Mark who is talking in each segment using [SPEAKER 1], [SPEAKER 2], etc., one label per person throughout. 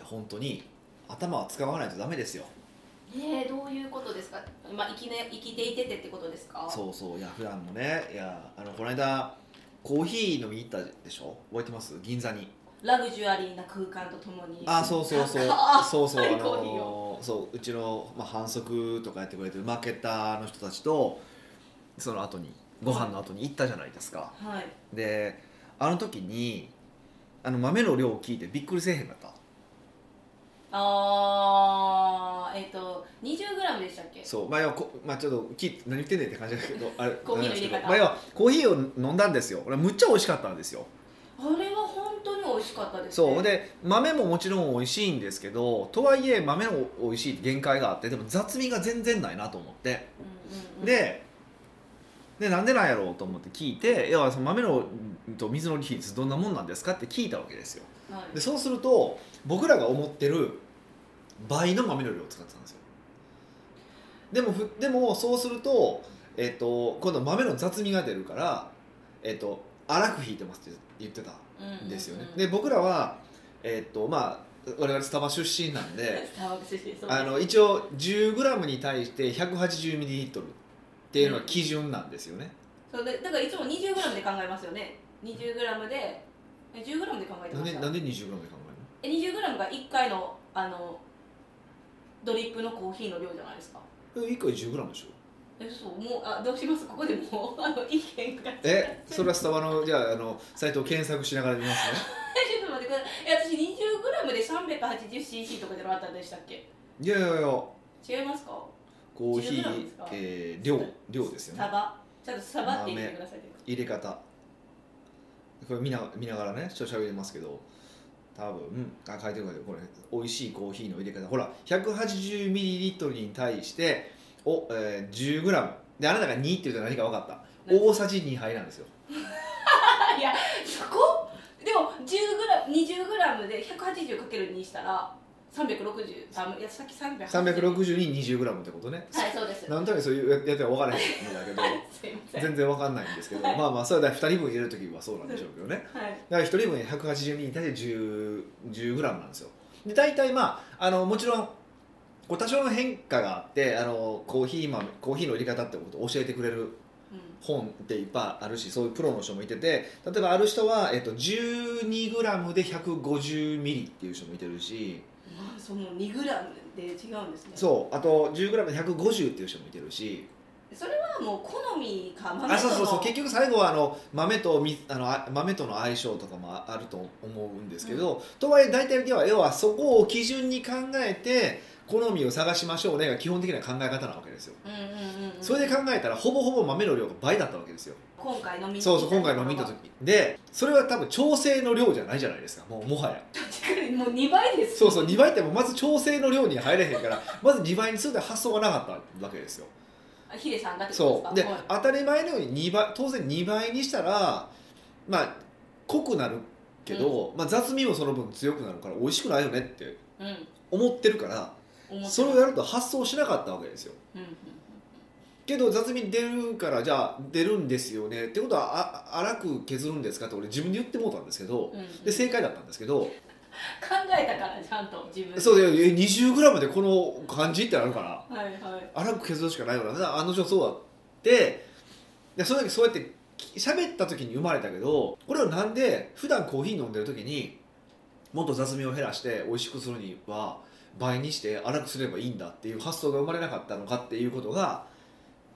[SPEAKER 1] は本当に頭は使わないとダメですよ
[SPEAKER 2] えー、どういうことですか、まあ、生きね生きていててってことですか
[SPEAKER 1] そうそういや普段もねいやあのこの間コーヒー飲みに行ったでしょ覚えてます銀座に
[SPEAKER 2] ラグジュアリーな空間とともに
[SPEAKER 1] あそうそうそう
[SPEAKER 2] 高っ
[SPEAKER 1] そうそうあ
[SPEAKER 2] コーヒー
[SPEAKER 1] のそううちの、まあ、反則とかやってくれてるマーケターの人たちとその後にご飯の後に行ったじゃないですか
[SPEAKER 2] はい
[SPEAKER 1] であの時にあの豆の量を聞いてびっくりせえへんかった
[SPEAKER 2] あーえっ、と 20g でしたっけ
[SPEAKER 1] そう前はこ、まあ、ちょっとき何言ってんねんって感じだけどあれ
[SPEAKER 2] コーヒーの入れ
[SPEAKER 1] な
[SPEAKER 2] 方
[SPEAKER 1] んですけど前はコーヒーを飲んだんですよ俺むっちゃ美味しかったんですよ
[SPEAKER 2] あれは本当に美味しかったです、ね、
[SPEAKER 1] そうで豆ももちろん美味しいんですけどとはいえ豆の美味しいって限界があってでも雑味が全然ないなと思って
[SPEAKER 2] うんうんうん、
[SPEAKER 1] ででなんでなんやろうと思って聞いて「いやその豆のうんと水の比率どんなもんなんですか?」って聞いたわけですよ
[SPEAKER 2] はい
[SPEAKER 1] でそうすると僕らが思ってる倍の豆の量を使ってたんですよでもふでもそうすると,、えっと今度豆の雑味が出るから、えっと粗く引いてますって言ってたんですよね、
[SPEAKER 2] で
[SPEAKER 1] で僕らはえっとまあ我々スタバ出身なんで
[SPEAKER 2] スターバックス出身 そうです
[SPEAKER 1] あの一応 10g に対して 180ml っていうのが基準なんですよね、
[SPEAKER 2] そうでだからいつも 20g で考えますよね 20g でえ 10g で考えて
[SPEAKER 1] なん
[SPEAKER 2] ま
[SPEAKER 1] で
[SPEAKER 2] した
[SPEAKER 1] なんで 20g で考
[SPEAKER 2] え 20g が1回のあのドリップのコーヒーの量じゃないですか
[SPEAKER 1] えるの1個 10g でしょ
[SPEAKER 2] えそうもうあどうしますここでもう あの意見が
[SPEAKER 1] えそれはスタバのじゃああのサイトを検索しながら見ますね
[SPEAKER 2] ちょっと待ってくださいえ私 20g で 380cc とかじゃなかったんでしたっけ
[SPEAKER 1] いやいやいやコ
[SPEAKER 2] 違いますか
[SPEAKER 1] ーヒ
[SPEAKER 2] 10g
[SPEAKER 1] ー
[SPEAKER 2] ですか、
[SPEAKER 1] えー量量ですよ
[SPEAKER 2] サ
[SPEAKER 1] ね
[SPEAKER 2] バちょっとサバって言ってくださいね
[SPEAKER 1] 入れ方これ見な見ながらねちょっと喋りますけど多分あ書いてる書いてるこれ美味しいコーヒーの入れ方ほら 180ml に対してお、えー、10g であなたが2って言うと何か分かった
[SPEAKER 2] 何
[SPEAKER 1] 大さじ2杯なんですよ
[SPEAKER 2] そこでも 10g20g で 180×2 したら360あいやさっき380
[SPEAKER 1] 360に 20g ってことね
[SPEAKER 2] はいそうです
[SPEAKER 1] なんとなくそういうやっては分からへんんだけど
[SPEAKER 2] すいません
[SPEAKER 1] 全然分かんないんですけどまあまあそれは2人分入れる時はそうなんでしょうけどね
[SPEAKER 2] はい
[SPEAKER 1] だから1人分182に対して10 10g なんですよで大体まああのもちろんこう多少の変化があってあのコーヒー豆コーヒーの入れ方ってことを教えてくれる
[SPEAKER 2] うん
[SPEAKER 1] 本っていっぱいあるしそういうプロの人もいてて例えばある人は、えっと、12g で 150ml っていう人もいてるし
[SPEAKER 2] まあその 2g で違うんですね
[SPEAKER 1] そうあと 10g で150っていう人もいてるし
[SPEAKER 2] それはもう好みか豆との
[SPEAKER 1] あそうそうそう結局最後はあの豆とみあのあ豆との相性とかもああると思うんですけど、とはいえ大体では要はそこを基準に考えて好みを探しましょうねが基本的な考え方なわけですよ、
[SPEAKER 2] うんうんうんうん
[SPEAKER 1] それで考えたらほぼほぼ豆の量が倍だったわけですよ、
[SPEAKER 2] 今回飲みに
[SPEAKER 1] そうそう今回飲みに行った
[SPEAKER 2] 時
[SPEAKER 1] 時でそれは多分調整の量じゃないじゃないですかもうもはや
[SPEAKER 2] 確かにもう2倍です
[SPEAKER 1] そうそう2倍ってもうまず調整の量に入れへんからまず2倍にするって発想がなかったわけですよ
[SPEAKER 2] あヒデさんだってこ
[SPEAKER 1] そ
[SPEAKER 2] と
[SPEAKER 1] うで
[SPEAKER 2] かはい
[SPEAKER 1] 当たり前のように2倍当然2倍にしたらまあ濃くなるけど、まあ、雑味もその分強くなるから美味しくないよねって
[SPEAKER 2] うん
[SPEAKER 1] 思ってるから
[SPEAKER 2] 思ってます
[SPEAKER 1] それをやると発想しなかったわけですよ
[SPEAKER 2] うんうんうん
[SPEAKER 1] けど雑味出るからじゃあ出るんですよねってことはあ粗く削るんですかって俺自分で言ってもうたんですけど
[SPEAKER 2] うんうん
[SPEAKER 1] で正解だったんですけど
[SPEAKER 2] 考えたからちゃんと自分で
[SPEAKER 1] そうで 20g でこの感じってなるから
[SPEAKER 2] はいはい
[SPEAKER 1] 粗く削るしかないよなあの女そうだってでその時そうやってき喋った時に生まれたけどこれをなんで普段コーヒー飲んでる時にもっと雑味を減らして美味しくするには倍にして粗くすればいいんだっていう発想が生まれなかったのかっていうことが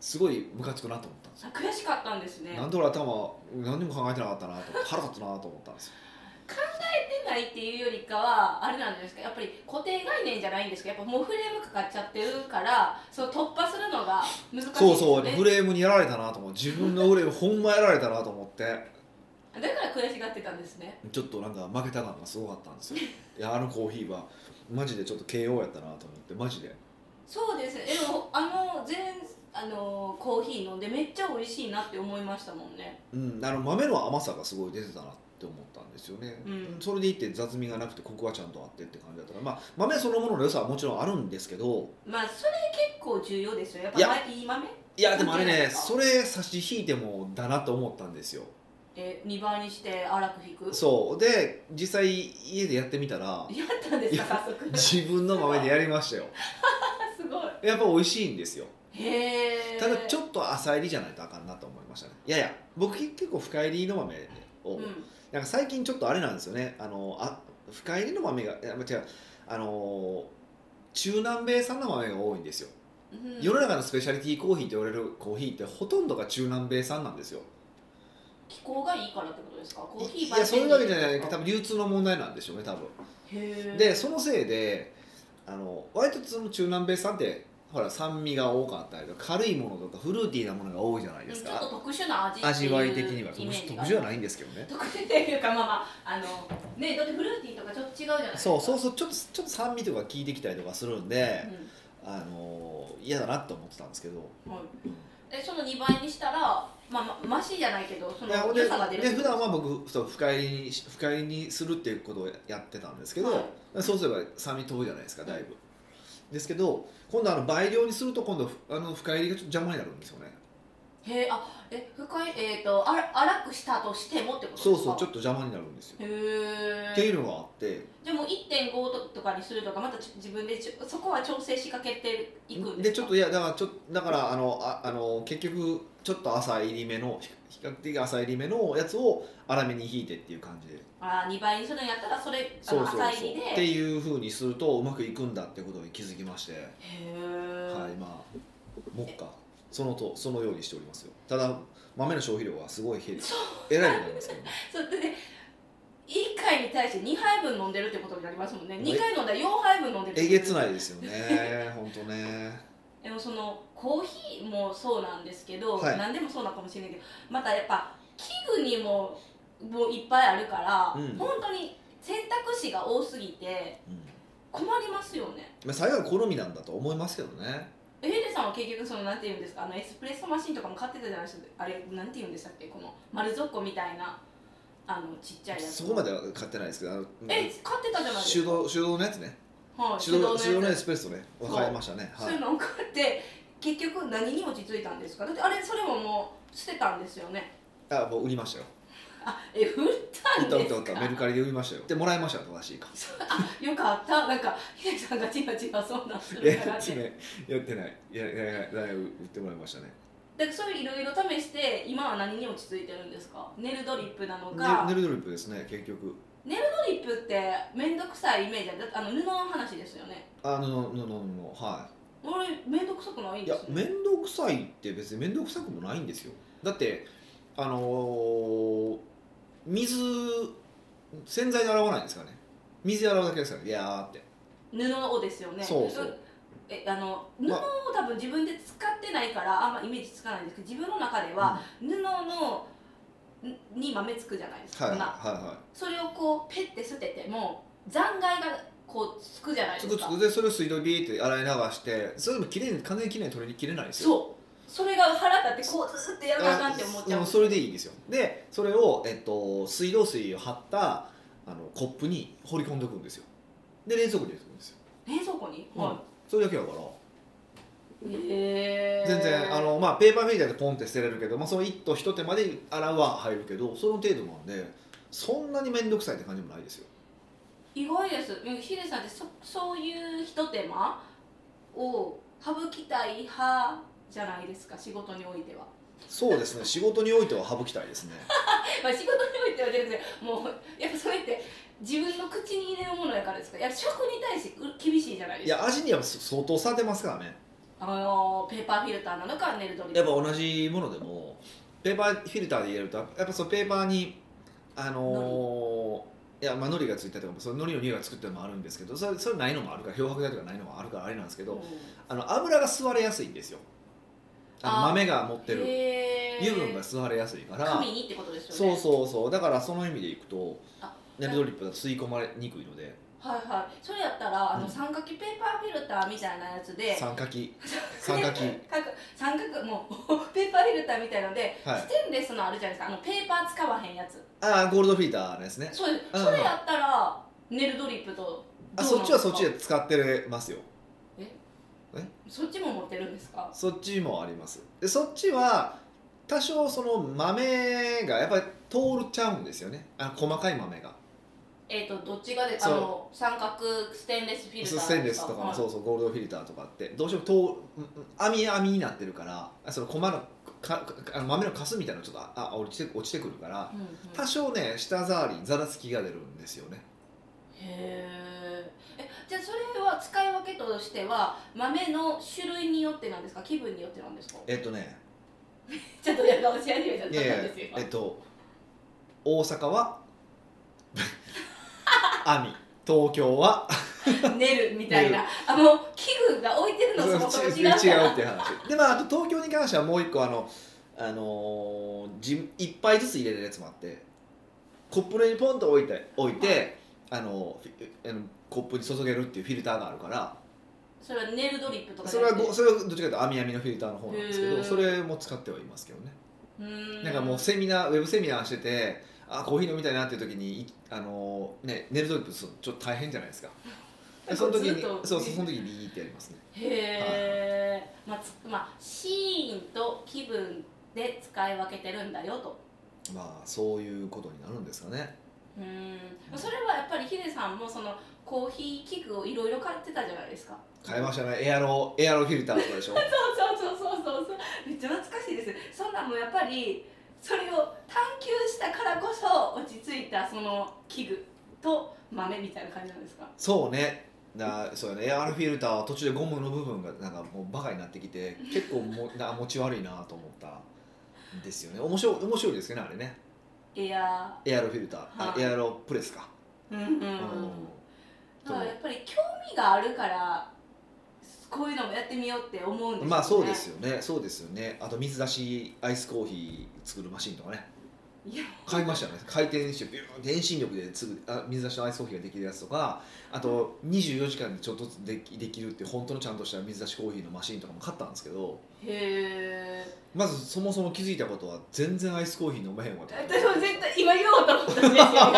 [SPEAKER 1] すごいムカつくなと思ったんですよ。
[SPEAKER 2] あ悔しかったんですね
[SPEAKER 1] なんで俺頭何にも考えてなかったなと思って腹立つなと思ったんですよ。
[SPEAKER 2] ってないっていうよりかはあれなんじゃないですかやっぱり固定概念じゃないんですけどやっぱもうフレームかかっちゃってるからその突破するのが難しいです、ね、
[SPEAKER 1] そうそうフレームにやられたなと思って自分のフレームほんまやられたなと思って。
[SPEAKER 2] だから悔しがってたんですね
[SPEAKER 1] ちょっとなんか負けた感がすごかったんですよいやあのコーヒーはマジでちょっと KO やったなと思ってマジで
[SPEAKER 2] そうですねでもあの全あのコーヒー飲んでめっちゃ美味しいなって思いましたもんね
[SPEAKER 1] うんあの豆の甘さがすごい出てたなって思ったんですよね、
[SPEAKER 2] うん
[SPEAKER 1] それでいって雑味がなくてコクはちゃんとあってって感じだったから、まあ、豆そのものの良さはもちろんあるんですけど
[SPEAKER 2] まあそれ結構重要ですよやっぱ
[SPEAKER 1] いや
[SPEAKER 2] まいい豆
[SPEAKER 1] いやでもあれ
[SPEAKER 2] いいんじゃない
[SPEAKER 1] ね
[SPEAKER 2] ですか
[SPEAKER 1] それ差し引いてもだなと思ったんですよ
[SPEAKER 2] ええー、2倍にして荒く引く
[SPEAKER 1] そうで実際家でやってみたら
[SPEAKER 2] やったんですか早速す
[SPEAKER 1] 自分の豆でやりましたよ
[SPEAKER 2] ご
[SPEAKER 1] やっぱ美味しいんですよ
[SPEAKER 2] いへえ
[SPEAKER 1] ただちょ
[SPEAKER 2] っ
[SPEAKER 1] っと浅入りじゃないとあかんなと思いましたねいやいや僕結構深入りの豆を、
[SPEAKER 2] うん、
[SPEAKER 1] なんか最近ちょっとあれなんですよねあのあ深入りの豆がいや違うあの中南米産の豆が多いんですよ、
[SPEAKER 2] うん
[SPEAKER 1] 世の中のスペシャリティコーヒーと言われるコーヒーってほとんどが中南米産なんですよ
[SPEAKER 2] 気候がいいからってことですかコーヒー
[SPEAKER 1] いやそういうわけじゃない多
[SPEAKER 2] へ
[SPEAKER 1] 分流通の問題なんでしょうね多分
[SPEAKER 2] え
[SPEAKER 1] でそのせいであの割とその中南米産ってほら酸味が多かったりとか軽いものとかフルーティーなものが多いじゃないです
[SPEAKER 2] ちょっと
[SPEAKER 1] か
[SPEAKER 2] 特殊な味っていう
[SPEAKER 1] 味わい的には
[SPEAKER 2] イメージ
[SPEAKER 1] 特
[SPEAKER 2] が
[SPEAKER 1] 殊じゃないんですけどね
[SPEAKER 2] 特殊っていうかまあまああのねだってフルーティーとかちょっと違うじゃないですか
[SPEAKER 1] そうそう
[SPEAKER 2] そ
[SPEAKER 1] そうちょっとちょっと酸味とか効いてきたりとかするんで、あの嫌だなと思ってたんですけど、
[SPEAKER 2] んはい、
[SPEAKER 1] うん
[SPEAKER 2] でその2倍にしたらまあまマシじゃないけどそ
[SPEAKER 1] いや
[SPEAKER 2] の
[SPEAKER 1] で
[SPEAKER 2] 良さが出る
[SPEAKER 1] で普段は僕そう深入りにし深入りにするっていうことをやってたんですけど、
[SPEAKER 2] は
[SPEAKER 1] そうすれば酸味飛ぶじゃないですかだいぶ、ですけど今度あの倍量にすると今度あの深入りがちょっと邪魔になるんですよね
[SPEAKER 2] へえあえ深いえっ、とあら粗くしたとしてもってことですか
[SPEAKER 1] そうそうちょっ
[SPEAKER 2] っ
[SPEAKER 1] と邪魔になるんですよ、
[SPEAKER 2] とへ
[SPEAKER 1] ってい
[SPEAKER 2] え
[SPEAKER 1] うのがあって
[SPEAKER 2] じゃあもう1.5ととかにするとかまたち自分でちょそこは調整しかけていくん
[SPEAKER 1] で
[SPEAKER 2] です
[SPEAKER 1] ちょ
[SPEAKER 2] か
[SPEAKER 1] っといやだからちょっとだからあのああの結局ちょっと浅い入り目の比比較的浅い入り目のやつを粗めに引いてっていう感じで
[SPEAKER 2] あー2倍にするんやったらそれあ
[SPEAKER 1] そう
[SPEAKER 2] の
[SPEAKER 1] そうそう
[SPEAKER 2] 浅入り
[SPEAKER 1] っ
[SPEAKER 2] で
[SPEAKER 1] て
[SPEAKER 2] へ
[SPEAKER 1] いうふうにするとうまくいくんだってことに気づきまして、
[SPEAKER 2] え、
[SPEAKER 1] はいまあ目下そのとそのようにしておりますよただ豆の消費量はすごい減るえらいことになりますけどね
[SPEAKER 2] それでね1回に対して2杯分飲んでるってことになりますもんね
[SPEAKER 1] え
[SPEAKER 2] 2回飲んだら4杯分飲んでる
[SPEAKER 1] えげつないいですよ ね本当ね
[SPEAKER 2] でもそのコーヒーもそうなんですけど、
[SPEAKER 1] はい
[SPEAKER 2] 何でもそうなのかもしれないけどまたやっぱ器具にももういっぱいあるから、
[SPEAKER 1] うん
[SPEAKER 2] 本当に選択肢が多すぎて
[SPEAKER 1] うん
[SPEAKER 2] 困りますよね
[SPEAKER 1] まあ最後は好みなんだと思いますけどね
[SPEAKER 2] えヒデさんは結局そのなんて言うんですかあのエスプレッソマシンとかも買ってたじゃないですかあれなんて言うんでしたっけこの丸底みたいなあのちっちゃいやつ
[SPEAKER 1] そこまでは買ってないですけどあの
[SPEAKER 2] え買ってたじゃないです
[SPEAKER 1] 手
[SPEAKER 2] か
[SPEAKER 1] 動手動のやつね
[SPEAKER 2] はい、
[SPEAKER 1] 手動手動
[SPEAKER 2] の
[SPEAKER 1] の
[SPEAKER 2] や
[SPEAKER 1] エ
[SPEAKER 2] つ
[SPEAKER 1] スプレッソね
[SPEAKER 2] そう
[SPEAKER 1] 買いましたね
[SPEAKER 2] そう
[SPEAKER 1] はいいう
[SPEAKER 2] のを買って結局何に落ち着いたんですかだってあれそれももう捨てたんですよね
[SPEAKER 1] あもう売りましたよ
[SPEAKER 2] あえ売った
[SPEAKER 1] 売っ
[SPEAKER 2] ん
[SPEAKER 1] た売っ
[SPEAKER 2] で
[SPEAKER 1] た
[SPEAKER 2] すか
[SPEAKER 1] 売ったメルカリで売りましたよでもらいました正しいか
[SPEAKER 2] そうあよかったなんか秀樹さんがチラチラそんなんす
[SPEAKER 1] いや
[SPEAKER 2] るか
[SPEAKER 1] や
[SPEAKER 2] らっ
[SPEAKER 1] って
[SPEAKER 2] て、
[SPEAKER 1] ないやってないいやいやいやだいぶ売ってもらいましたね
[SPEAKER 2] だからそういういろいろ試して今は何に落ち着いてるんですかネルドリップなのか、
[SPEAKER 1] ねネルドリップですね結局
[SPEAKER 2] ネルドリップって面倒くさいイメージあるだってあの布の話ですよね
[SPEAKER 1] あののののは
[SPEAKER 2] 俺面倒くさくな
[SPEAKER 1] い
[SPEAKER 2] いん
[SPEAKER 1] い
[SPEAKER 2] で
[SPEAKER 1] や
[SPEAKER 2] すね
[SPEAKER 1] 面倒くさいって別に面倒くさくもないんですよだってあのー水洗剤で洗わないんですからね水で洗うだけですからいやーって
[SPEAKER 2] 布をですよね
[SPEAKER 1] そうそう
[SPEAKER 2] えあの布
[SPEAKER 1] ま
[SPEAKER 2] を多分自分で使ってないからあんまイメージつかないんですけど自分の中では布のんに豆つくじゃないですか、
[SPEAKER 1] はいはい
[SPEAKER 2] 粉
[SPEAKER 1] は
[SPEAKER 2] それをこうペッて捨てても残骸がこうつくじゃない
[SPEAKER 1] い
[SPEAKER 2] で
[SPEAKER 1] つ
[SPEAKER 2] す
[SPEAKER 1] く
[SPEAKER 2] か
[SPEAKER 1] つくでそれを水道ビーって洗い流してそれでもきれいに完全にきれいに取り切れないですよ
[SPEAKER 2] そうそれが腹立ってこうずーっとやらなあかんって思っちゃ
[SPEAKER 1] あ
[SPEAKER 2] う
[SPEAKER 1] それでいいんですよでそれを、えっと、水道水を張ったあのコップに放り込んでおくんですよで冷蔵庫に入れておくんですよ、
[SPEAKER 2] 冷蔵庫に、
[SPEAKER 1] うんそれだけだから
[SPEAKER 2] いへえ
[SPEAKER 1] 全然あの、まあ、ペーパーフィルターでポンって捨てれるけど、まあ、その一頭一手まで洗うは入るけどその程度なんでそんなに面倒くさいって感じもないですよ
[SPEAKER 2] 意外ですうんヒデさんってそそういうひと手間を省きたい派じゃないですか仕事においては
[SPEAKER 1] そうですね仕事においては省きたいです ね
[SPEAKER 2] まあ、仕事においては全然もうやっぱそれって自分の口に入れるものやからですかいや食に対してう厳しいじゃないで
[SPEAKER 1] い
[SPEAKER 2] すか
[SPEAKER 1] や味には相当差出ますからね
[SPEAKER 2] あのペーパーフィルターなのかネルドリップ
[SPEAKER 1] やっぱ同じものでもペーパーフィルターで入れるとやっぱそのペーパーにあのーいやまあ、海苔がついたりとかその海苔の匂いがつくっていうのもあるんですけどそれそれないのもあるから漂白剤とかないのもあるからあれなんですけど、
[SPEAKER 2] うん
[SPEAKER 1] あの油が吸われやすいんですよあの
[SPEAKER 2] あー
[SPEAKER 1] 豆が持ってる
[SPEAKER 2] へー
[SPEAKER 1] 油分が吸われやすいから
[SPEAKER 2] 紙にってことですよ
[SPEAKER 1] そ
[SPEAKER 2] ね
[SPEAKER 1] うそうそうだからその意味でいくと
[SPEAKER 2] あ
[SPEAKER 1] ネルドリップだと吸い込まれにくいので
[SPEAKER 2] はいはいそれやったらあの
[SPEAKER 1] うん
[SPEAKER 2] 三角形ペーパーフィルターみたいなやつで
[SPEAKER 1] 酸化器酸化器
[SPEAKER 2] 角 三角もう ペーパーフィルターみたいので、
[SPEAKER 1] はい
[SPEAKER 2] ステンレスのあるじゃないですかあのペーパー使わへんやつ
[SPEAKER 1] ああゴールドフィルターのやつね
[SPEAKER 2] そうです
[SPEAKER 1] うん
[SPEAKER 2] それやったらネルドリップとどうな
[SPEAKER 1] あ
[SPEAKER 2] ん
[SPEAKER 1] そっちはそっち
[SPEAKER 2] です
[SPEAKER 1] で使ってますよ
[SPEAKER 2] かそっちも持ってるんですか
[SPEAKER 1] そっちもありますでそっちは多少その豆がやっぱり通るちゃうんですよねあ細かい豆が
[SPEAKER 2] えっ、とどっちがであ
[SPEAKER 1] そう
[SPEAKER 2] の三角ステンレスフィルターですか
[SPEAKER 1] ステンレスとかもそうそうゴールドフィルターとかってどうしてもと網網になってるからあその細かかあの豆のカスみたいなのちょっとああ落ちて落ちてくるから
[SPEAKER 2] うんうん
[SPEAKER 1] 多少ね舌触りざらつきが出るんですよね
[SPEAKER 2] へーえじゃあそれは使い分けとしては豆の種類によってなんですか気分によってなんですか
[SPEAKER 1] えっとね
[SPEAKER 2] ちょっとや顔し始めちゃったん
[SPEAKER 1] いやいや
[SPEAKER 2] ですよ
[SPEAKER 1] えっと大阪は網東京は
[SPEAKER 2] 練るみたいなあの器具が置いてるのそもそも違うから
[SPEAKER 1] 違うっていう話でまああと東京に関してはもう一個あの、あのーじ一杯ずつ入れるやつもあってコップの上にポンと置いて置いて、あのフィあのコップに注げるっていうフィルターがあるから
[SPEAKER 2] それはネルドリップとか
[SPEAKER 1] それはご
[SPEAKER 2] う
[SPEAKER 1] それはどっちかというと網網のフィルターの方なんですけ
[SPEAKER 2] へ
[SPEAKER 1] ど
[SPEAKER 2] ー
[SPEAKER 1] それも使ってはいますけどね
[SPEAKER 2] ーん
[SPEAKER 1] なんかもうセミナーウェブセミナーしててあコーヒー飲みたいなっていう時にいあの、ね、ネルドリップするのちょっと大変じゃないです かでその時に
[SPEAKER 2] ずっ
[SPEAKER 1] そう
[SPEAKER 2] と
[SPEAKER 1] そうその時にビーってやりますね
[SPEAKER 2] へえ、まあつまあ、シーンと気分で使い分けてるんだよと
[SPEAKER 1] まあそういうことになるんですかね
[SPEAKER 2] うーんそれはやっぱりヒデさんもそのコーヒー器具をいろいろ買ってたじゃないですか
[SPEAKER 1] 買いましたねエアロエアロフィルターとか でしょ
[SPEAKER 2] そうそうそうそうそうそうめっちゃ懐かしいですそんなんもやっぱりそれを探求したからこそ落ち着いたその器具と豆みたいな感じなんですか
[SPEAKER 1] そうねなそうやねエアロフィルターは途中でゴムの部分がなんかもうバカになってきて結構もな持ち悪いなと思ったんですよね面白い面白いですよねあれね
[SPEAKER 2] エア
[SPEAKER 1] エアロフィルター、あ
[SPEAKER 2] はい
[SPEAKER 1] エアロプレスか、
[SPEAKER 2] ーうんうん、
[SPEAKER 1] う
[SPEAKER 2] う
[SPEAKER 1] ん
[SPEAKER 2] んだからやっぱり興味があるからこういうのもやってみようって思うんですよね
[SPEAKER 1] まあそうですよねそうですよねあと水出しアイスコーヒー作るマシンとかね
[SPEAKER 2] いや
[SPEAKER 1] 買いましたよね回転してビューン遠心力ですぐあ水出しのアイスコーヒーができるやつとかあと24時間でちょっとずつできできるっていう本当のちゃんとした水出しコーヒーのマシンとかも買ったんですけど
[SPEAKER 2] へえ
[SPEAKER 1] まずそもそも気づいたことは全然アイスコーヒー飲めへんわと思って
[SPEAKER 2] 私も絶対今言おうと思ったんですよ今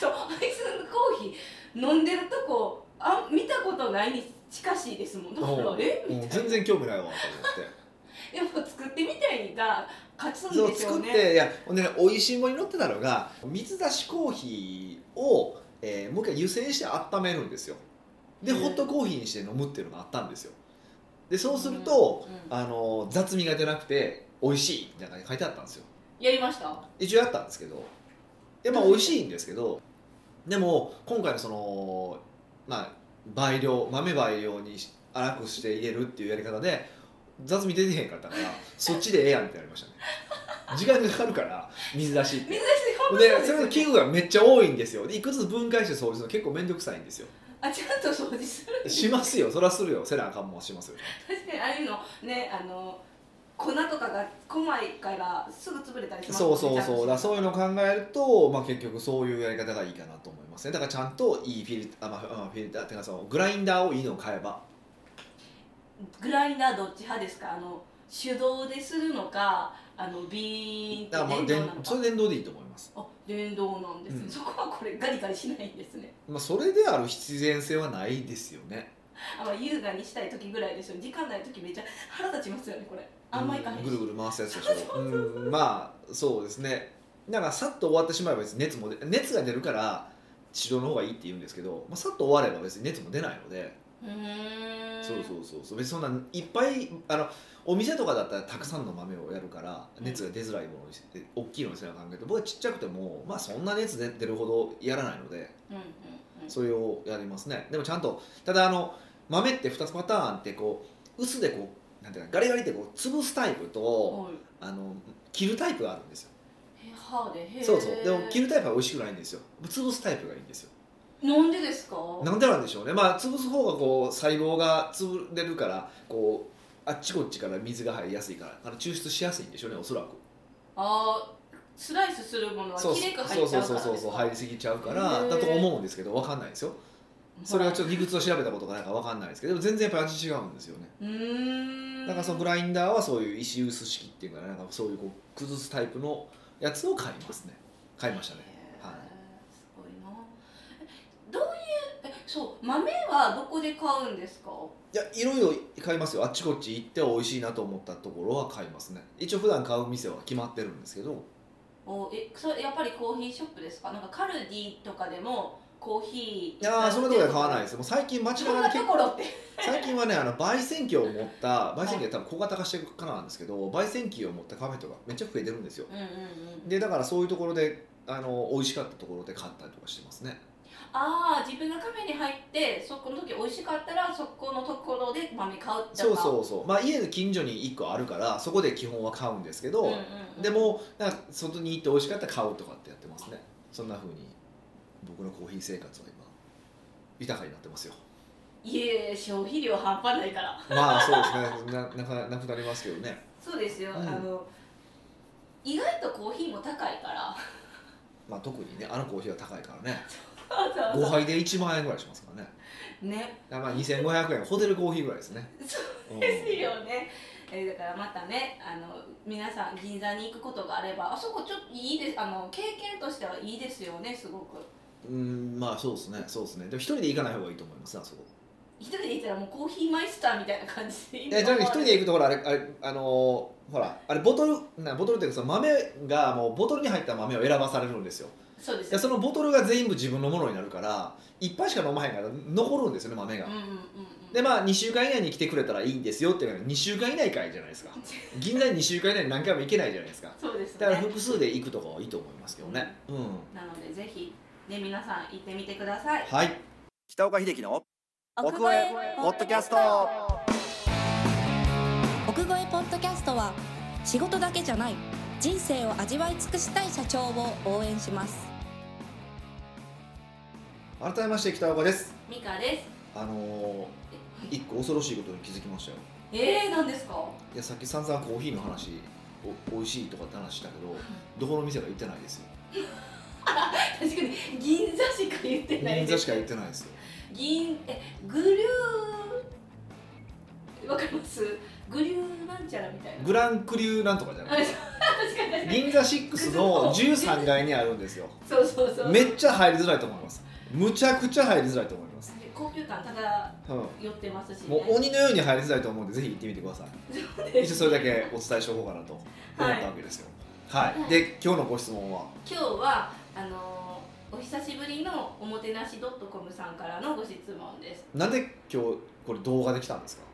[SPEAKER 2] そうアイスコーヒー飲んでるとこあ見たことないに近しいですもんだからえ
[SPEAKER 1] うん
[SPEAKER 2] み
[SPEAKER 1] うん
[SPEAKER 2] たい
[SPEAKER 1] 全
[SPEAKER 2] な
[SPEAKER 1] 然興味ないわと思って
[SPEAKER 2] でも作ってみたいが勝つん
[SPEAKER 1] そう
[SPEAKER 2] ですよ
[SPEAKER 1] 作っ
[SPEAKER 2] ね
[SPEAKER 1] ていやほんでねおいしいもに乗ってたのが水出しコーヒーを、えーもう一回湯煎して温めるんですよで
[SPEAKER 2] うん
[SPEAKER 1] ホットコーヒーにして飲むっていうのがあったんですよでそうすると、
[SPEAKER 2] うんうん
[SPEAKER 1] あの雑味が出なくて美味しいみたいなのが書いてあったんですよ
[SPEAKER 2] やりました
[SPEAKER 1] 一応やったんですけどでまあ美味しいんですけどでも今回のそのまあ倍量豆倍量にし粗くして入れるっていうやり方で雑味出てへんかったからそっちでええやんってなりましたね時間がかかるから水出しって
[SPEAKER 2] 水出し
[SPEAKER 1] でそれの
[SPEAKER 2] 本当に
[SPEAKER 1] 器具がめっちゃ多いんですよでいくつ分解して掃除するの結構面倒くさいんですよ
[SPEAKER 2] あちゃんと掃除する
[SPEAKER 1] しますよそらするよせなあかんもんしますよ
[SPEAKER 2] 確かにああいうのねあの粉とかが細いからすぐ潰れたりします
[SPEAKER 1] そうそうそうだからそう
[SPEAKER 2] う
[SPEAKER 1] いうのを考えると、まあ、結局そういうやり方がいいかなと思いますねだからちゃんといいフィルターあ、まあ、フィルターっていうかそのグラインダーをいいのを買えば
[SPEAKER 2] グラインダーどっち派ですかあの手動でするのかあのビーン
[SPEAKER 1] だからまあ
[SPEAKER 2] って電動なの
[SPEAKER 1] 電
[SPEAKER 2] か
[SPEAKER 1] それ電動でいいと思います、
[SPEAKER 2] あ電動なんですね、
[SPEAKER 1] うん
[SPEAKER 2] そこはこれガリガリしないんですね
[SPEAKER 1] まあ、それである必然性はないですよね
[SPEAKER 2] あ、まあ、優雅にしたい時ぐらいですよ時間ない時めっちゃ腹立ちますよねこれあんまいかへんし、
[SPEAKER 1] うんぐるぐる回すやつでし ょうんまあそうですねだからさっと終わってしまえば別に熱も出熱が出るから治療の方がいいって言うんですけど、まあ、さっと終われば別に熱も出ないので
[SPEAKER 2] うーん
[SPEAKER 1] そうそうそうそう別にそんないっぱいあのお店とかだったらたくさんの豆をやるから
[SPEAKER 2] うん
[SPEAKER 1] 熱が出づらいものにして大きいのにせなあかんけど僕はちっちゃくてもまあそんな熱出るほどやらないので
[SPEAKER 2] うんうんうん
[SPEAKER 1] それをやりますねでもちゃんとただあの豆って2つパターンってこう薄でこうなんていうかガリガリってこう潰すタイプと
[SPEAKER 2] はい
[SPEAKER 1] あの切るタイプがあるんですよ
[SPEAKER 2] へ歯でへー
[SPEAKER 1] そうそうでも切るタイプは美味しくないんですよ潰すタイプがいいんですよ
[SPEAKER 2] なんでですか
[SPEAKER 1] なんでなんでしょうねまあ潰す方がこう細胞が潰れるからこうあっちこっちから水が入りやすいからあの抽出しやすいんでしょうねおそらく
[SPEAKER 2] あースライスするものは
[SPEAKER 1] そう
[SPEAKER 2] きれいく入っちゃうからです
[SPEAKER 1] そうそう
[SPEAKER 2] か
[SPEAKER 1] そうそう入りすぎちゃうから
[SPEAKER 2] へー
[SPEAKER 1] だと思うんですけどわかんないですよそれはちょっと理屈を調べたことがないからわかんないですけどでも全然やっぱり味違うんですよね
[SPEAKER 2] うーん
[SPEAKER 1] だからそのグラインダーはそういう石臼式っていうかねなんかそういうこう崩すタイプのやつを買いますね買いましたね
[SPEAKER 2] へー
[SPEAKER 1] はい
[SPEAKER 2] すごいなえどういうえそう豆はどこで買うんですか
[SPEAKER 1] いやいろいろ買いますよあっちこっち行って美味しいなと思ったところは買いますね一応普段買う店は決まってるんですけど
[SPEAKER 2] おえそれやっぱりコーヒーショップですかなんかカルディとかでもコーヒー
[SPEAKER 1] いやーそんなところで買わない
[SPEAKER 2] い
[SPEAKER 1] ですもう最近街
[SPEAKER 2] そん
[SPEAKER 1] 中
[SPEAKER 2] な
[SPEAKER 1] で
[SPEAKER 2] と
[SPEAKER 1] 結構
[SPEAKER 2] ころって
[SPEAKER 1] 最近はねあの焙煎機を持った焙煎機は多分小型化していくからなんですけど焙煎機を持ったカフェとかめっちゃ増えてるんですよ
[SPEAKER 2] うんうんうん
[SPEAKER 1] でだからそういうところであの美味しかったところで買ったりとかしてますね
[SPEAKER 2] ああ自分がカフェに入ってそこの時美味しかったらそこのところで豆買う
[SPEAKER 1] そう
[SPEAKER 2] う
[SPEAKER 1] そうそうまあ家の近所に1個あるからそこで基本は買うんですけど、
[SPEAKER 2] んうん、
[SPEAKER 1] でもなんか外に行って美味しかったら買おうとかってやってますねそんな風に僕のコーヒー生活は今豊かになってますよ
[SPEAKER 2] いえ消費量半端ないから
[SPEAKER 1] まあそうですねななかなくなりますけどね
[SPEAKER 2] そうですよ、
[SPEAKER 1] うん
[SPEAKER 2] あの意外とコーヒーも高いから
[SPEAKER 1] まあ特にねあのコーヒーは高いからね
[SPEAKER 2] そう そう
[SPEAKER 1] 5杯で1万円ぐらいしますからね
[SPEAKER 2] ね
[SPEAKER 1] まあ2500円ホテルコーヒーぐらいですね
[SPEAKER 2] そうですよね、えーだからまたねあの皆さん銀座に行くことがあればあそこちょっといいですあの経験としてはいいですよねすごく
[SPEAKER 1] うんまあそうですねそうですねでも一人で行かない方がいいと思いますあそこ
[SPEAKER 2] 一人で行ったらもうコーヒーマイスターみたいな感じでいいの
[SPEAKER 1] えじゃあ一人で行くとほらあれあれあのーほらあれボトルなボトルっていうかその豆がもうボトルに入った豆を選ばされるんですよ
[SPEAKER 2] そうです
[SPEAKER 1] でそのボトルが全部自分のものになるから1杯しか飲まへんから残るんですよね豆が
[SPEAKER 2] うん、うんうんうん
[SPEAKER 1] でまあ2週間以内に来てくれたらいいんですよっていうのが2週間以内かいじゃないで すか銀座に2週間以内に何回も行けないじゃないですか
[SPEAKER 2] そうです
[SPEAKER 1] だから
[SPEAKER 2] ね
[SPEAKER 1] 複数で行くとかはいいと思いますけどねうん
[SPEAKER 2] なのでぜひね皆さん行ってみてください
[SPEAKER 1] はい北岡秀樹の奥越えポッドキャスト
[SPEAKER 3] 奥越えポッドキャストは仕事だけじゃない人生を味わい尽くしたい社長を応援します
[SPEAKER 1] 改めまして北岡です
[SPEAKER 2] ミカです
[SPEAKER 1] あのー、1個恐ろしいことに気づきましたよ
[SPEAKER 2] えー、何ですか
[SPEAKER 1] いやさっき散々コーヒーの話お美味しいとかって話したけどどこの店か言ってないですよ
[SPEAKER 2] 確かに銀座しか言ってない
[SPEAKER 1] 銀座しか言ってないですよ
[SPEAKER 2] 銀えグリューわかりますグリューなんちゃらみたいな
[SPEAKER 1] グランクリューなんとかじゃ
[SPEAKER 2] あ
[SPEAKER 1] ない
[SPEAKER 2] 確かに確かに
[SPEAKER 1] 銀座6の13階 にあるんですよ
[SPEAKER 2] そうそうそう
[SPEAKER 1] めっちゃ入りづらいと思いますむちゃくちゃ入りづらいと思います、
[SPEAKER 2] 高級感ただ
[SPEAKER 1] うん、
[SPEAKER 2] 寄ってますし、ね、
[SPEAKER 1] もう 鬼のように入りづらいと思うんでぜひ行ってみてくださ
[SPEAKER 2] そう
[SPEAKER 1] い
[SPEAKER 2] で
[SPEAKER 1] 一応
[SPEAKER 2] す
[SPEAKER 1] それだけお伝えしておこうかなと思った
[SPEAKER 2] はい
[SPEAKER 1] わけですよはい、
[SPEAKER 2] はい
[SPEAKER 1] で今日のご質問は
[SPEAKER 2] 今日はあのーお久しぶりのおもてなし .com さんからのご質問です
[SPEAKER 1] なんで今日これ動画できたんですか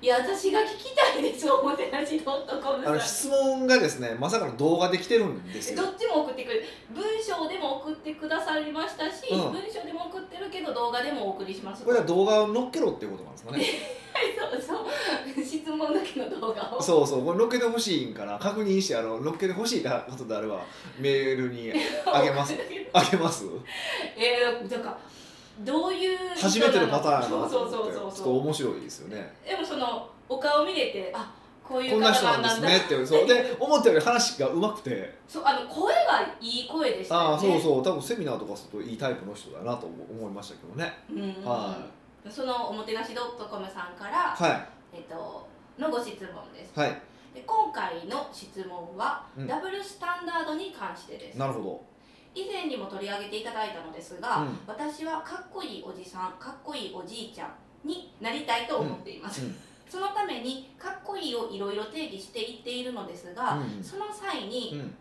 [SPEAKER 2] いや私が聞きたいですおもてなし .com
[SPEAKER 1] あの
[SPEAKER 2] さん
[SPEAKER 1] 質問がですねまさかの動画できてるんですよ
[SPEAKER 2] どっちも送ってくれ文章でも送ってくださりましたし、
[SPEAKER 1] うん
[SPEAKER 2] 文章でも送ってるけど動画でもお送りします
[SPEAKER 1] これは動画を載っけろっていうことなんですかね
[SPEAKER 2] そうそう質問だけの動画を
[SPEAKER 1] そうそうこれ載っけてほしいんかな確認してあの載っけてほしいことであればメールにあげ ますあげます
[SPEAKER 2] えー、なんかどういう
[SPEAKER 1] 初めてのパターンやな
[SPEAKER 2] そうそう
[SPEAKER 1] と思
[SPEAKER 2] そ
[SPEAKER 1] っ
[SPEAKER 2] う
[SPEAKER 1] てち
[SPEAKER 2] そ
[SPEAKER 1] ょ
[SPEAKER 2] う
[SPEAKER 1] っと面白いですよね
[SPEAKER 2] でもそのお顔見れてあこういう
[SPEAKER 1] こんな人なんですねってそうで思ったより話がうまくて
[SPEAKER 2] そうあの声がいい声でしたよね
[SPEAKER 1] ああそうそう多分セミナーとかするといいタイプの人だなと思思いましたけどね
[SPEAKER 2] うんうんうん
[SPEAKER 1] は
[SPEAKER 2] そのおもてなしドットコムさんから、
[SPEAKER 1] は
[SPEAKER 2] えっとのご質問です
[SPEAKER 1] いはい
[SPEAKER 2] で今回の質問は、
[SPEAKER 1] うん
[SPEAKER 2] ダブルスタンダードに関してです
[SPEAKER 1] なるほ
[SPEAKER 2] 以前にも取り上げていただいたのですが、
[SPEAKER 1] うん
[SPEAKER 2] 私はかっこいいおじさんかっこいいおじいちゃんになりたいと思っていま
[SPEAKER 1] ど
[SPEAKER 2] す、
[SPEAKER 1] うん
[SPEAKER 2] そのためにかっこいいをいろいろ定義していっているのですが、その際
[SPEAKER 1] う
[SPEAKER 2] に
[SPEAKER 1] ん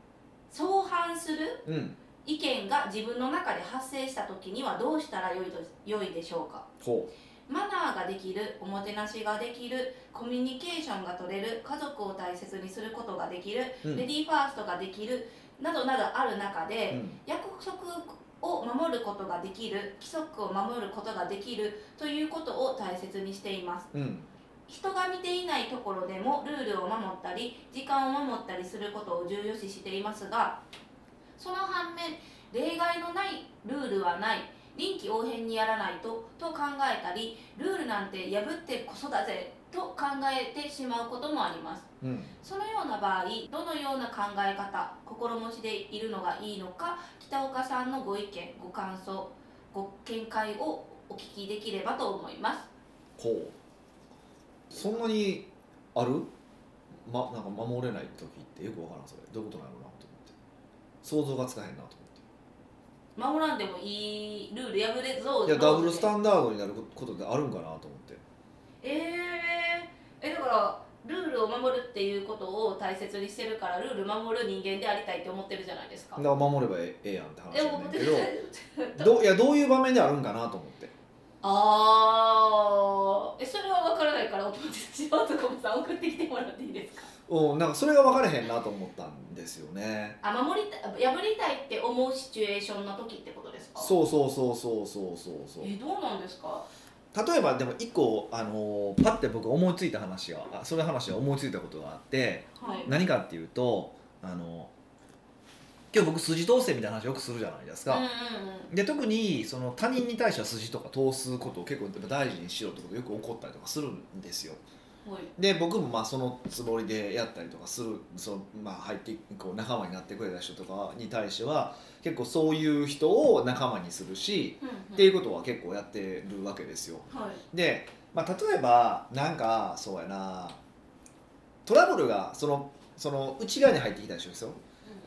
[SPEAKER 2] 相反する
[SPEAKER 1] うんうん
[SPEAKER 2] 意見が自分の中で発生した時にはどうしたらよいと良いでしょうか
[SPEAKER 1] ほ
[SPEAKER 2] マナーができるおもてなしができるコミュニケーションが取れる家族を大切にすることができる、
[SPEAKER 1] ううん
[SPEAKER 2] レディーファーストができるなどなどある中で、
[SPEAKER 1] うん
[SPEAKER 2] 約束を守ることができる規則を守ることができるということを大切にしています
[SPEAKER 1] うん
[SPEAKER 2] 人が見ていないところでもルールを守ったり時間を守ったりすることを重要視していますがその反面例外のないルールはない臨機応変にやらないとと考えたりルールなんて破ってこそだぜと考えてしまうこともあります
[SPEAKER 1] うん
[SPEAKER 2] そのような場合どのような考え方心持ちでいるのがいいのか北岡さんのご意見ご感想ご見解をお聞きできればと思います
[SPEAKER 1] ほうそんなにあるまなんか守れない時ってよくわからんそれどういうことなのなと思って想像がつかへんなと思って
[SPEAKER 2] 守らんでもいいルール破れそう
[SPEAKER 1] いやダブルス
[SPEAKER 2] ン
[SPEAKER 1] タンダードになることってあるんかなと思って
[SPEAKER 2] えー、えだからルールを守るっていうことを大切にしてるからルール守る人間でありたいって思ってるじゃないですか
[SPEAKER 1] だから守ればええええやんって
[SPEAKER 2] え
[SPEAKER 1] 話なん
[SPEAKER 2] 思
[SPEAKER 1] だ
[SPEAKER 2] っ
[SPEAKER 1] け
[SPEAKER 2] て
[SPEAKER 1] ど
[SPEAKER 2] る
[SPEAKER 1] どういやどういう場面であるんかなと思って
[SPEAKER 2] ああえそれは分からないからお友達の男もさん送ってきてもらっていいですか
[SPEAKER 1] うんなんかそれが分からへんなと思ったんですよね
[SPEAKER 2] あ守りた破りたいって思うシチュエーションの時ってことですかう
[SPEAKER 1] そうそうそうそうそうそうそう
[SPEAKER 2] えどうなんですか
[SPEAKER 1] 例えばでも一個、あのーパッて僕思いついた話があその話が思いついたことがあって
[SPEAKER 2] はい
[SPEAKER 1] 何かっていうと、あのー今日僕筋通せみたいな話よくするじゃないです
[SPEAKER 2] うん
[SPEAKER 1] か、
[SPEAKER 2] うんうん
[SPEAKER 1] で特にその他人に対しては筋とか通すことを結構やっぱ大事にしろってことよく起こったりとかするんですよ
[SPEAKER 2] はい
[SPEAKER 1] で僕もまあそのつもりでやったりとかするその、まあ、入ってこう仲間になってくれた人とかに対しては結構そういう人を仲間にするし
[SPEAKER 2] うんうん
[SPEAKER 1] っていうことは結構やってるわけですよ
[SPEAKER 2] はい
[SPEAKER 1] で、まあ、例えばなんかそうやなトラブルがそのその内側に入ってきた人ですよ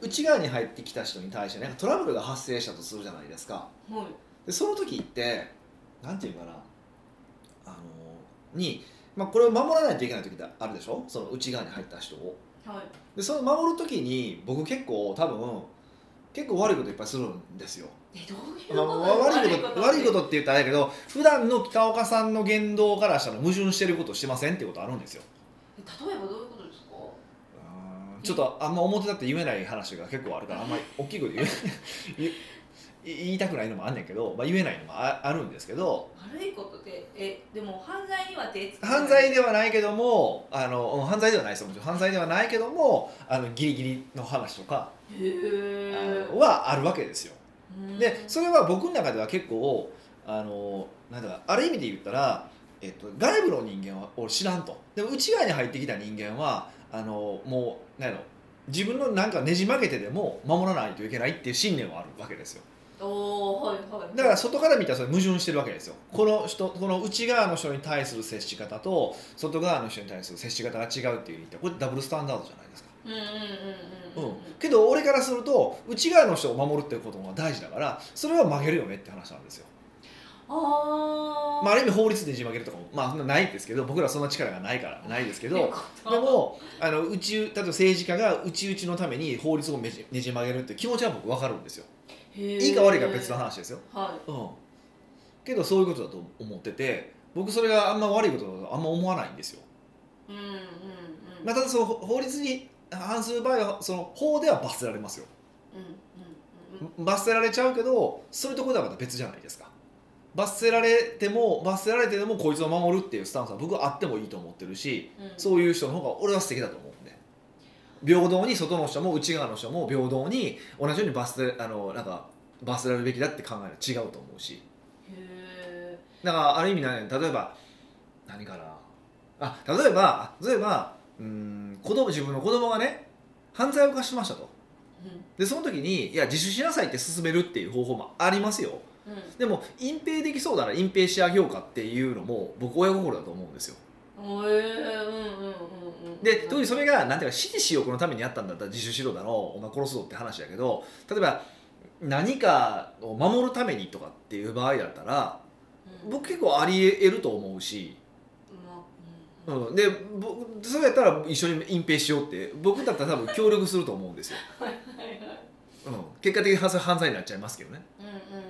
[SPEAKER 1] 内側に入ってきた人に対してなんかトラブルが発生したとするじゃないですか
[SPEAKER 2] うんはい
[SPEAKER 1] でその時ってなんていうかなあのに、まあ、これを守らないといけない時ってあるでしょその内側に入った人を
[SPEAKER 2] はい
[SPEAKER 1] でその守る時に僕結構多分結構悪いこといっぱいするんですよ
[SPEAKER 2] えどういうこ
[SPEAKER 1] まあ
[SPEAKER 2] と
[SPEAKER 1] 悪いこと悪いこととって言ったらあれやけど普段の北岡さんの言動からしたら矛盾してることしてませんってことあるんですよ
[SPEAKER 2] 例えばどういうことですか
[SPEAKER 1] ちょっとあんま表だって言えない話が結構あるからあんまり大きいこと言え言言いたくないのもあんねんけど、まあ、言えないのもああるんですけど
[SPEAKER 2] 悪いことでえでも犯罪には手つけない
[SPEAKER 1] 犯罪ではないけどもあのうん犯罪ではないですよもちろん犯罪ではないけどもあのギリギリの話とか
[SPEAKER 2] へえ
[SPEAKER 1] あのはあるわけですよ。でそれは僕の中では結構あのなんだかある意味で言ったら、えっと、外部の人間は俺知らんとでも内側に入ってきた人間はあのもうなんやろ自分のなんかねじ曲げてでも守らないといけないっていう信念はあるわけですよ
[SPEAKER 2] おおはいはい
[SPEAKER 1] だから外から見たらそれ矛盾してるわけですよこの人この内側の人に対する接し方と外側の人に対する接し方が違うっていう意味ってこれダブルスタンダードじゃないですか
[SPEAKER 2] うんうんうん
[SPEAKER 1] う
[SPEAKER 2] うんん
[SPEAKER 1] けど俺からすると内側の人を守るってことが大事だからそれは曲げるよねって話なんですよ
[SPEAKER 2] あー
[SPEAKER 1] まあ、ある意味法律でねじ曲げるとかも、まあ、そんなないんですけど僕らそんな力がないからないですけ
[SPEAKER 2] いい
[SPEAKER 1] ど
[SPEAKER 2] こと
[SPEAKER 1] でもあのうち例えば政治家がうちうちのために法律をねじねじ曲げるって気持ちは僕分かるんですよ
[SPEAKER 2] へー
[SPEAKER 1] いいか悪いかは別の話ですよ、
[SPEAKER 2] は
[SPEAKER 1] うん、けどそういうことだと思ってて僕それがあんま悪いことだとあんま思わないんですよ、
[SPEAKER 2] いうんうんうん
[SPEAKER 1] まあ、ただその法法律に反する場合はその法では罰せられますよ
[SPEAKER 2] うんうんうん
[SPEAKER 1] 罰せられちゃうけどそういうところではまた別じゃないですか罰せられても罰せられてでもこいつを守るっていうスタンスは僕はあってもいいと思ってるし
[SPEAKER 2] うん
[SPEAKER 1] そういう人の方が俺は素敵だと思うんで平等に外の人も内側の人も平等に同じように罰せあのなんか罰せられるべきだって考える違うと思うし
[SPEAKER 2] へ
[SPEAKER 1] だからある意味なんや例えば何かなあ例えば例えばうーん子供自分の子供がね犯罪を犯しましたと
[SPEAKER 2] ー
[SPEAKER 1] でその時にいや自首しなさいって勧めるっていう方法もありますよ
[SPEAKER 2] うん
[SPEAKER 1] でも隠蔽できそうなら隠蔽してあげようかっていうのも僕親心だと思うんですよ
[SPEAKER 2] うんへーうんうんうんうん
[SPEAKER 1] で特にそれがなんていうか私利私欲のためにやったんだったら自首しろだろうお前殺すぞって話だけど例えば何かを守るためにとかっていう場合だったら
[SPEAKER 2] うん
[SPEAKER 1] 僕結構ありえると思うし、
[SPEAKER 2] まあうん
[SPEAKER 1] うん、で僕それやったら一緒に隠蔽しようって僕だったら多分協力すると思うんですよ、
[SPEAKER 2] はいはい
[SPEAKER 1] うん、結果的に犯罪犯罪になっちゃいますけどね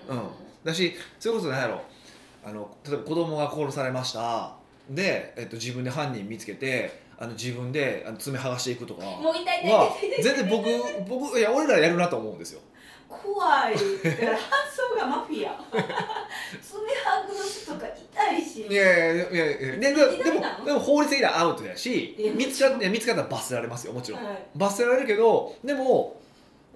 [SPEAKER 2] うんう
[SPEAKER 1] うんん、だしそれこそ何やろあの例えば子供が殺されましたで、えっと、自分で犯人見つけてあの自分であの爪剥がしていくとか
[SPEAKER 2] うんもう痛い痛い痛い
[SPEAKER 1] は全然僕僕いや俺らやるなと思うんですよ
[SPEAKER 2] 怖いだから発想がマフ ィア爪剥ぐすとか痛いし
[SPEAKER 1] いやいやいやいやでででも
[SPEAKER 2] 何なの
[SPEAKER 1] でも法律的にはアウトやし
[SPEAKER 2] いや
[SPEAKER 1] 見つかっ見つかったら罰せられますよもちろん
[SPEAKER 2] はい
[SPEAKER 1] 罰せられるけどでも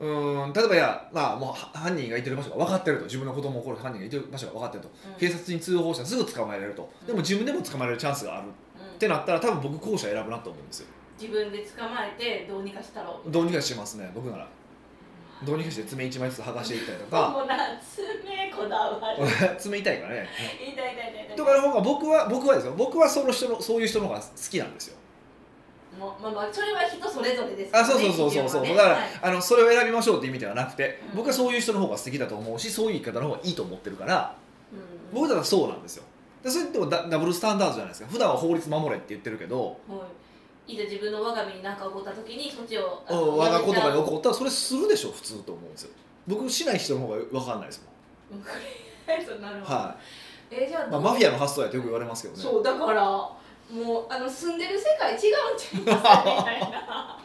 [SPEAKER 1] うーん例えばいや、まあ、もうは犯人がいてる場所が分かってると自分の子供を殺す犯人がいてる場所が分かってると
[SPEAKER 2] うん
[SPEAKER 1] 警察に通報したらすぐ捕まえられるとでも自分でも捕まえられるチャンスがある
[SPEAKER 2] うん
[SPEAKER 1] ってなったら多分僕後者選ぶなと思うんですよ
[SPEAKER 2] 自分で捕まえてどうにかしたろう
[SPEAKER 1] どうにかしますね僕ならどうにかして爪一枚ずつ剥がしていったりとか
[SPEAKER 2] もうな爪こだわる
[SPEAKER 1] 爪痛いからね
[SPEAKER 2] 痛い痛い痛い痛い
[SPEAKER 1] とかの方が僕は僕はですよ僕はその人のそういう人の方が好きなんですよ
[SPEAKER 2] うもまあまあそれは人それぞれです
[SPEAKER 1] あそうそうそうそうそう、
[SPEAKER 2] 意見
[SPEAKER 1] だ
[SPEAKER 2] は
[SPEAKER 1] か
[SPEAKER 2] ね
[SPEAKER 1] ら、
[SPEAKER 2] はい
[SPEAKER 1] あのそれを選びましょうって意味ではなくて、
[SPEAKER 2] うん
[SPEAKER 1] 僕はそういう人の方が素敵だと思うしそういう生き方の方がいいと思ってるから
[SPEAKER 2] うん
[SPEAKER 1] 僕だったらそうなんですよでそれってもダダブルスタンダードじゃないですか普段は法律守れって言ってるけど
[SPEAKER 2] はい、いざ自分の我が身に何か起こった時にそっちをあの
[SPEAKER 1] 我が子とか
[SPEAKER 2] や
[SPEAKER 1] に
[SPEAKER 2] め
[SPEAKER 1] 怒ったらそれするでしょ普通と思うんですよ僕しない人の方が分かんないです
[SPEAKER 2] ちゃう そうなる
[SPEAKER 1] もん、
[SPEAKER 2] ほど、
[SPEAKER 1] は
[SPEAKER 2] えじゃあ、
[SPEAKER 1] いまあ、マフィアの発想やとよく言われますけどね
[SPEAKER 2] そうだからもうあの住んでる世界違うんちゃいますみたいな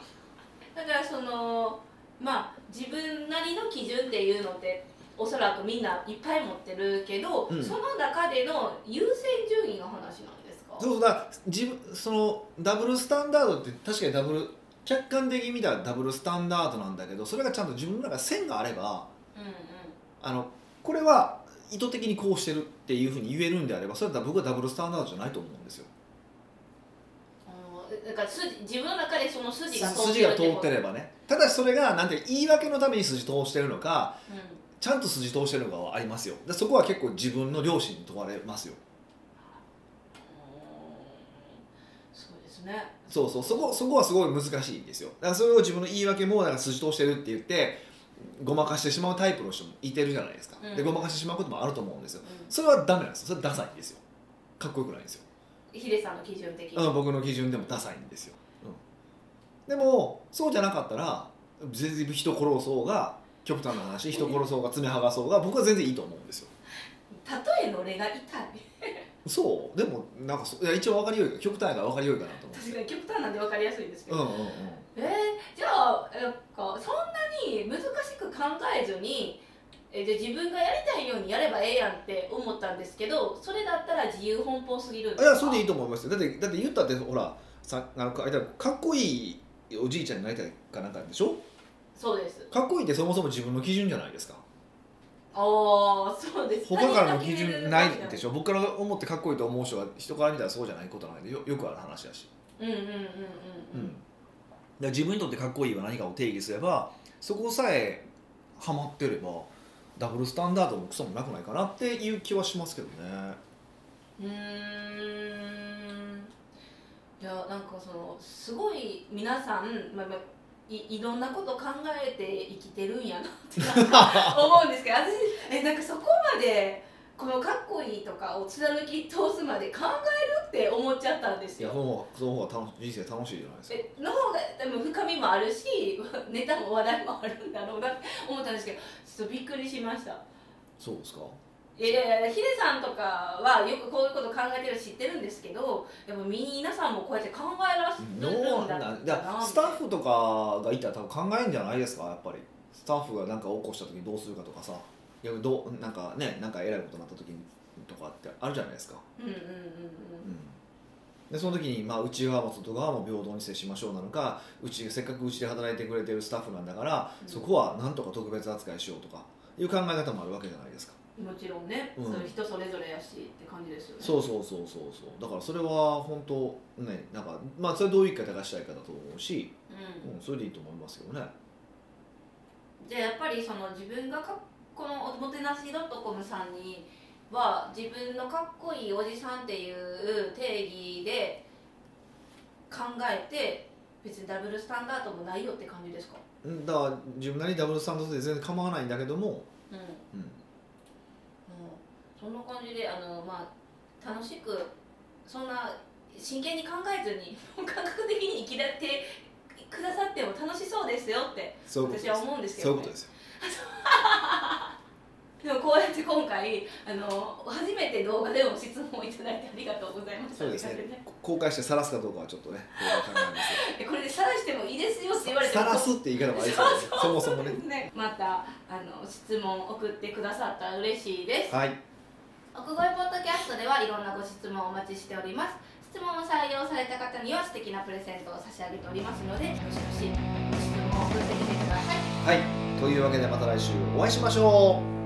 [SPEAKER 2] だからそのまあ自分なりの基準っていうのっておそらくみんないっぱい持ってるけど、
[SPEAKER 1] うん
[SPEAKER 2] その中での優先順位の話なんですか
[SPEAKER 1] そうだから自分そのダブルスタンダードって確かにダブル客観的に見たらダブルスタンダードなんだけどそれがちゃんと自分の中で線があれば
[SPEAKER 2] うんうん
[SPEAKER 1] あのこれは意図的にこうしてるっていうふうに言えるんであればそれだったら僕はダブルスタンダードじゃないと思うんですよ
[SPEAKER 2] あのだから筋自分の中でその筋が通って
[SPEAKER 1] 筋
[SPEAKER 2] る
[SPEAKER 1] が通
[SPEAKER 2] こ
[SPEAKER 1] っ
[SPEAKER 2] と
[SPEAKER 1] てればねただしそれがなんていう言い訳のために筋通してるのか
[SPEAKER 2] うん
[SPEAKER 1] ちゃんと筋通してるのかはありますよでそこは結構自分の良心に問われますよ
[SPEAKER 2] そうですね。
[SPEAKER 1] そうそうそこそこはすごい難しいんですよだからそれを自分の言い訳もなんか筋通してるって言ってごまかしてしまうタイプの人もいてるじゃないですか、
[SPEAKER 2] うん
[SPEAKER 1] でごまかしてしまうこともあると思うんですよ
[SPEAKER 2] う
[SPEAKER 1] それはダメなんですよそれはダサいんですよかっこよくないんですよ
[SPEAKER 2] ん、ヒデさんの基準的に。
[SPEAKER 1] うん、僕の基準でもダサいんですよ、うん、でもそうじゃなかったら全然人殺そうが極端な話人殺そうが爪剥がそうが僕は全然いいと思うんですよ
[SPEAKER 2] 例えの俺が痛い。
[SPEAKER 1] そうでもなんかそういや一応分かりよいか極端やから分かりよいかなと思
[SPEAKER 2] 確かに極端なんでわかりやすいですけど。
[SPEAKER 1] ってうんうんうん
[SPEAKER 2] えー、じゃあなんかそんなに難しく考えずに。えーじゃあ自分がやりたいようにやればええやんって思ったんですけどそれだったら自由奔放すぎるん
[SPEAKER 1] い
[SPEAKER 2] ですか
[SPEAKER 1] やそれでいいと思いますよだってだって言ったってほらさなんかあれだかっこいいおじいちゃんになりたいかなんかでしょ
[SPEAKER 2] そうです
[SPEAKER 1] かっこいいってそもそも自分の基準じゃないですか
[SPEAKER 2] ああそうです
[SPEAKER 1] 他からの基準ないで
[SPEAKER 2] ょ
[SPEAKER 1] しょ僕から思ってかっこいいと思う人は人から見たらそうじゃないことなんでよよくある話だし
[SPEAKER 2] うんうんうんうんう
[SPEAKER 1] うん、だ
[SPEAKER 2] ん
[SPEAKER 1] から自分にとってかっこいいは何かを定義すればそこさえハマってればダブルスタンダードもクソもなくないかなっていう気はしますけどね
[SPEAKER 2] うーんいやなんかそのすごい皆さん、まあまあ、いいろんなこと考えて生きてるんやなってなんか思うんですけど私えなんかそこまでこのかっこいいとかを貫き通すまで考えるって思っちゃったんです
[SPEAKER 1] いや
[SPEAKER 2] よ
[SPEAKER 1] そ。の方がその方が楽し人生楽しいじゃないですか
[SPEAKER 2] えの方が多分深みもあるし ネタも話題もあるんだろうなって思ったんですけどちょっとびっくりしました。
[SPEAKER 1] そうですか
[SPEAKER 2] いやいやいやヒデさんとかはよくこういうこと考えてるの知ってるんですけどやっぱ皆さんもこうやって考えらせるんだ
[SPEAKER 1] どう
[SPEAKER 2] った
[SPEAKER 1] なんだからスタッフとかがいたら多分考えんじゃないですかやっぱりスタッフが何か起こした時どうするかとかさいやどうなんかねなんか偉いことになった時にとかってあるじゃないですか
[SPEAKER 2] うんうんうん
[SPEAKER 1] でその時に、まあ、内側も外側も平等に接しましょうなのかうちせっかくうちで働いてくれてるスタッフなんだから、
[SPEAKER 2] うん
[SPEAKER 1] そこはなんとか特別扱いしようとかいう考え方もあるわけじゃないですか、
[SPEAKER 2] うんもちろんね、
[SPEAKER 1] うん
[SPEAKER 2] その人それぞれやしって感じですよね
[SPEAKER 1] そうそうそうそうそうだからそれは本当ねなんかまあそれはどういう言い方がしたいかだと思うし、
[SPEAKER 2] うん
[SPEAKER 1] うん、それでいいと思いますけどね
[SPEAKER 2] じゃあやっぱりその自分がかこのおもてなし .com さんには自分のかっこいいおじさんっていう定義で考えて別にダブルスタンダードもないよって感じですか、
[SPEAKER 1] うんだから自分なりにダブルスタンダードで全然構わないんだけども、
[SPEAKER 2] うん
[SPEAKER 1] うん、
[SPEAKER 2] もうそんな感じであの、まあ、楽しくそんな真剣に考えずに 感覚的に生きられてくださっても楽しそうですよって
[SPEAKER 1] そういうこと
[SPEAKER 2] 私
[SPEAKER 1] です
[SPEAKER 2] は思うんですけ
[SPEAKER 1] そうい
[SPEAKER 2] ど、
[SPEAKER 1] うこ、
[SPEAKER 2] ね
[SPEAKER 1] とですよ
[SPEAKER 2] でもこうやって今回あの初めて動画でも質問をいただいてありがとうございました
[SPEAKER 1] そうです
[SPEAKER 2] って
[SPEAKER 1] ね
[SPEAKER 2] 感じ
[SPEAKER 1] こ公開して晒すかどうかはちょっとねこれは考えますけど
[SPEAKER 2] え これで晒してもいいですよって言われても
[SPEAKER 1] 晒すって言い方もありそうですねそもそもね
[SPEAKER 2] ねまたあの質問送ってくださったら嬉しいです
[SPEAKER 1] はい
[SPEAKER 2] 奥越えポッドキャストではいろんなご質問をお待ちしております質問を採用された方には素敵なプレゼントを差し上げておりますのでどしどしご質問を送ってきてください
[SPEAKER 1] はいというわけでまた来週お会いしましょう